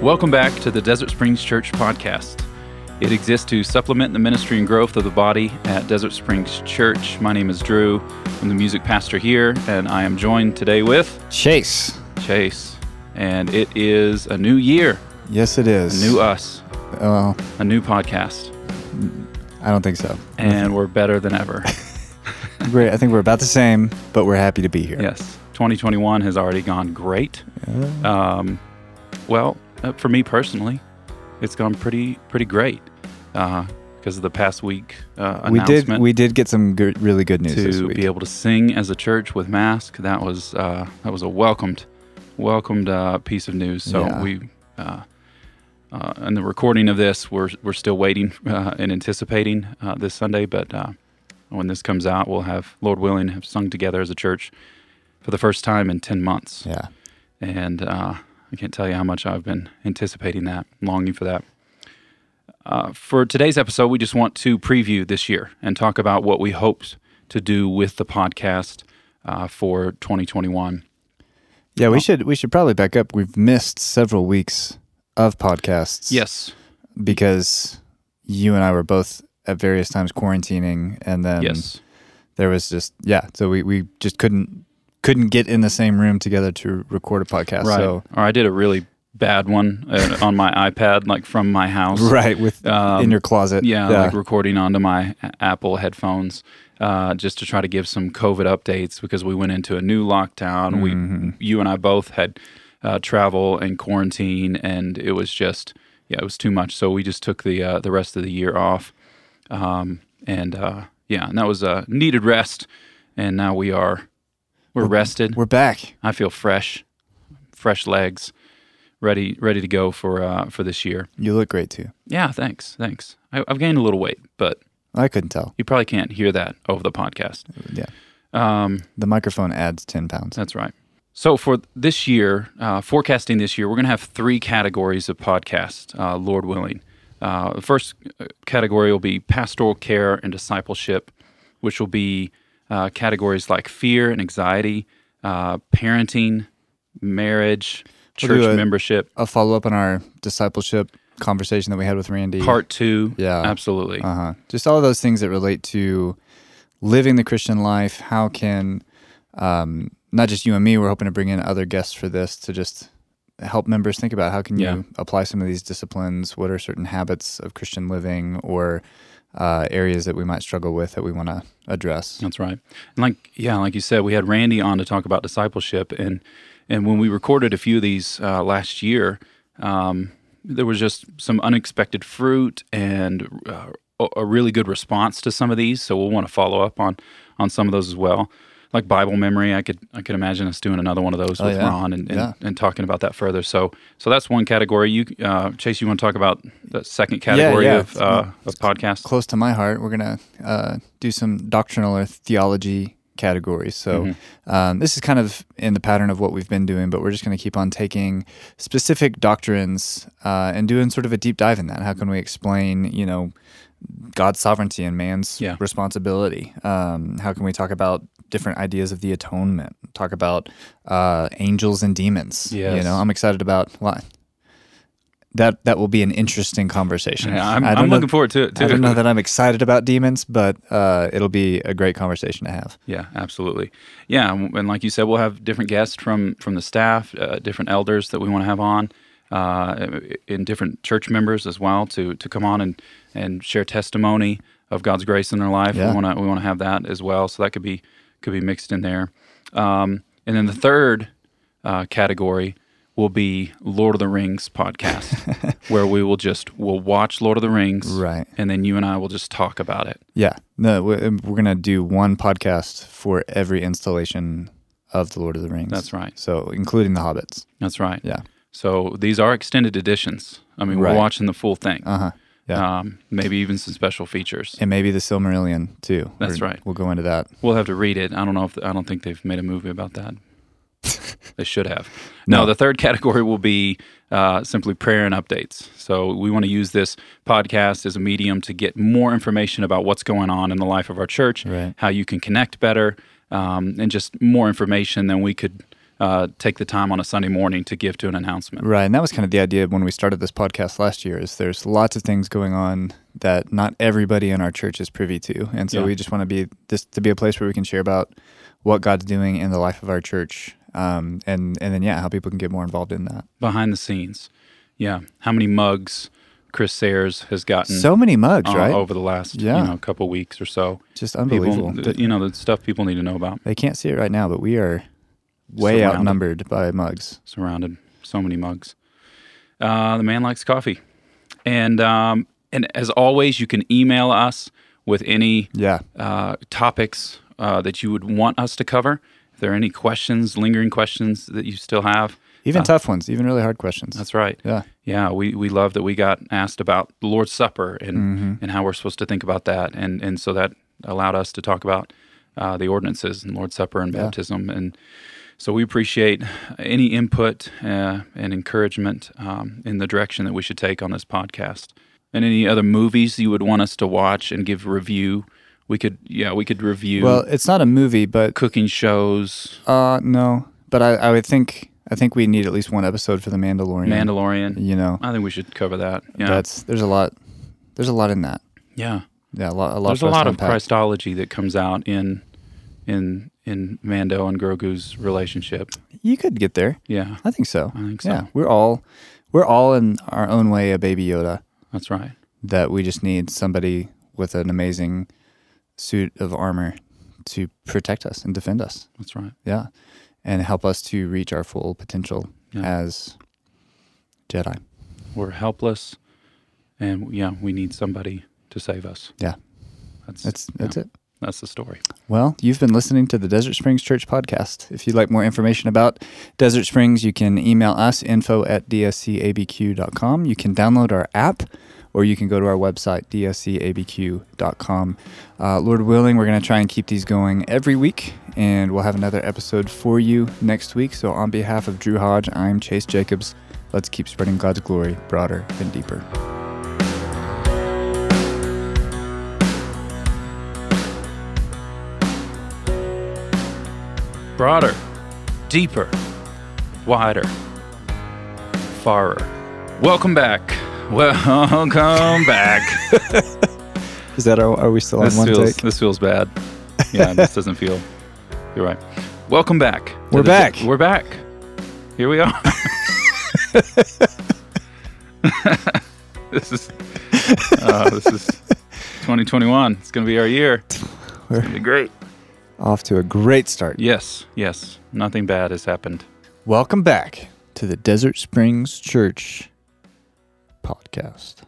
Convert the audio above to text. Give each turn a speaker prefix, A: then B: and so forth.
A: Welcome back to the Desert Springs Church podcast. It exists to supplement the ministry and growth of the body at Desert Springs Church. My name is Drew. I'm the music pastor here, and I am joined today with
B: Chase.
A: Chase. And it is a new year,
B: Yes, it
A: a
B: is.
A: new uh, us,
B: Oh,
A: a new podcast,
B: I don't think so.
A: and we're better than ever.
B: We're, I think we're about the same, but we're happy to be here.
A: Yes, 2021 has already gone great. Um, well, uh, for me personally, it's gone pretty pretty great uh, because of the past week uh,
B: we did.
A: announcement
B: We did get some good, really good news this
A: to
B: week.
A: be able to sing as a church with mask. That was uh, that was a welcomed welcomed uh, piece of news. So
B: Yeah.
A: we. Uh, uh, and the recording of this, we're, we're still waiting uh, and anticipating uh, this Sunday, but uh, when this comes out, we'll have, Lord willing, have sung together as a church for the first time in 10 months
B: yeah.
A: and uh, I can't tell you how much I've been anticipating that, longing for that. Uh, for today's episode, we just want to preview this year and talk about what we hope to do with the podcast uh, for 2021.
B: Yeah. We should. We should probably back up. We've missed several weeks of podcasts.
A: Yes,
B: Because you and I were both at various times quarantining, and then
A: yes,
B: there was just yeah. So we we just couldn't couldn't get in the same room together to record a podcast.
A: right.
B: So
A: or I did a really bad one uh, on my iPad, like from my house.
B: right with in your closet.
A: Um, Yeah, like recording onto my A- Apple headphones uh, just to try to give some COVID updates because we went into a new lockdown. We, you and I both had uh, travel and quarantine, and it was just yeah, it was too much. So we just took the uh, the rest of the year off, um, and uh, yeah, and that was a needed rest. And now we are we're rested.
B: we're back.
A: I feel fresh, fresh legs, ready ready to go for uh, for this year.
B: You look great too.
A: Yeah, thanks, thanks. I, I've gained a little weight, but
B: I couldn't tell.
A: you probably can't hear that over the podcast.
B: Yeah.
A: Um,
B: The microphone adds 10 pounds.
A: that's right. So for this year, uh, forecasting this year, we're going to have three categories of podcasts, uh, Lord willing. Uh, the first uh, category will be pastoral care and discipleship, which will be uh, categories like fear and anxiety, uh, parenting, marriage,
B: We'll
A: church
B: do a-
A: membership.
B: A follow up on our discipleship conversation that we had with Randy.
A: Part two,
B: Yeah.
A: absolutely.
B: Uh huh. Just all those things that relate to living the Christian life. How can, um, not just you and me, we're hoping to bring in other guests for this to just help members think about how can
A: Yeah.
B: you apply some of these disciplines? What are certain habits of Christian living or uh, areas that we might struggle with that we want to address?
A: That's right. And like yeah, like you said, we had Randy on to talk about discipleship, and and when we recorded a few of these uh, last year, um, there was just some unexpected fruit and uh, a- a really good response to some of these. So we'll want to follow up on on some of those as well. Like Bible memory, I could I could imagine us doing another one of those with
B: Oh, yeah.
A: Ron and, and,
B: Yeah.
A: and talking about that further. So so that's one category. You uh, Chase, you want to talk about the second category
B: yeah.
A: of uh, of podcasts?
B: close to my heart, we're gonna uh, do some doctrinal or theology categories. So
A: Mm-hmm.
B: um, this is kind of in the pattern of what we've been doing, but we're just gonna keep on taking specific doctrines uh, and doing sort of a deep dive in that. How can we explain, you know, God's sovereignty and man's
A: Yeah.
B: responsibility? Um, how can we talk about different ideas of the atonement? Talk about uh, angels and demons. You
A: Yes.
B: know, I'm excited about. That, that will be an interesting conversation.
A: Yeah, I'm,
B: I don't
A: I'm
B: know-
A: looking forward to it too.
B: I don't know that I'm excited about demons, but uh, it'll be a great conversation to have.
A: Yeah, absolutely. Yeah, and and like you said, we'll have different guests from from the staff, uh, different elders that we want to have on, uh, and different church members as well to to come on and and share testimony of God's grace in their life.
B: Yeah.
A: We want to we want to have that as well. So that could be could be mixed in there. Um, and then the third uh, category will be Lord of the Rings podcast, where we will just we'll watch Lord of the Rings,
B: Right.
A: And then you and I will just talk about it.
B: Yeah. No, we- we're going to do one podcast for every installation of The Lord of the Rings.
A: That's right.
B: So, including The Hobbits.
A: That's right.
B: Yeah.
A: So these are extended editions. I mean,
B: Right.
A: we're watching the full thing.
B: Uh-huh. Yeah.
A: Um, maybe even some special features.
B: And maybe The Silmarillion, too.
A: That's
B: We're-
A: right.
B: We'll go into that.
A: We'll have to read it. I don't know if I don't think they've made a movie about that. they should have. No, the third category will be uh, simply prayer and updates. So we want to use this podcast as a medium to get more information about what's going on in the life of our church,
B: Right.
A: how you can connect better, um, and just more information than we could uh, take the time on a Sunday morning to give to an announcement.
B: Right. And that was kind of the idea when we started this podcast last year is there's lots of things going on that not everybody in our church is privy to. And so
A: Yeah.
B: we just want to be this to be a place where we can share about what God's doing in the life of our church. Um, and, and then, yeah, how people can get more involved in that.
A: Behind the scenes. Yeah. How many mugs Chris Sayers has gotten
B: So many mugs,
A: uh,
B: right?
A: over the last
B: Yeah.
A: you know, couple weeks or so.
B: Just
A: People-
B: unbelievable.
A: th- you know, the stuff people need to know about.
B: they can't see it right now, but we are way
A: Surrounded.
B: outnumbered by mugs.
A: surrounded so many mugs. Uh, the man likes coffee, and um, and as always, you can email us with any
B: Yeah.
A: uh, topics uh, that you would want us to cover. If there are any questions, lingering questions that you still have,
B: Even tough ones, even really hard questions.
A: that's right.
B: yeah.
A: Yeah, we, we love that we got asked about the Lord's Supper and and how we're supposed to think about that, and and so that allowed us to talk about uh, the ordinances and Lord's Supper and baptism, and so we appreciate any input uh, and encouragement um, in the direction that we should take on this podcast, and any other movies you would want us to watch and give review. We could yeah we could review
B: Well, it's not a movie, but
A: cooking shows,
B: uh, no. But I, I would think I think we need at least one episode for the Mandalorian.
A: Mandalorian.
B: you know,
A: I think we should cover that. Yeah,
B: that's there's a lot, there's a lot in that.
A: yeah.
B: Yeah, a lot. A lot
A: There's
B: for
A: a
B: us
A: lot
B: to
A: of
B: unpack.
A: Christology that comes out in in in Mando and Grogu's relationship.
B: You could get there.
A: Yeah,
B: I think so.
A: I think so.
B: Yeah, we're all, we're all in our own way a baby Yoda
A: that's right.
B: that we just need somebody with an amazing suit of armor to protect us and defend us.
A: That's right.
B: Yeah, and help us to reach our full potential
A: Yeah.
B: as Jedi.
A: We're helpless, and yeah, we need somebody to save us.
B: Yeah.
A: That's that's,
B: That's that's it.
A: the story.
B: Well, you've been listening to the Desert Springs Church podcast. If you'd like more information about Desert Springs, you can email us info at dscabq.com. You can download our app or you can go to our website, dscabq.com. Uh, Lord willing, we're going to try and keep these going every week, and we'll have another episode for you next week. So, on behalf of Drew Hodge, I'm Chase Jacobs. Let's keep spreading God's glory broader and deeper.
A: Broader, deeper, wider, farer. Welcome back. Welcome back.
B: Is that our, are we still on
A: this
B: one
A: feels
B: take?
A: this feels bad. Yeah, this doesn't feel. You're right. Welcome back. to
B: We're
A: the-
B: back.
A: we're back. Here we are. this is uh, this is 2021. It's gonna be our year. It's gonna be great.
B: Off to a great start.
A: Yes, yes. Nothing bad has happened.
B: Welcome back to the Desert Springs Church podcast.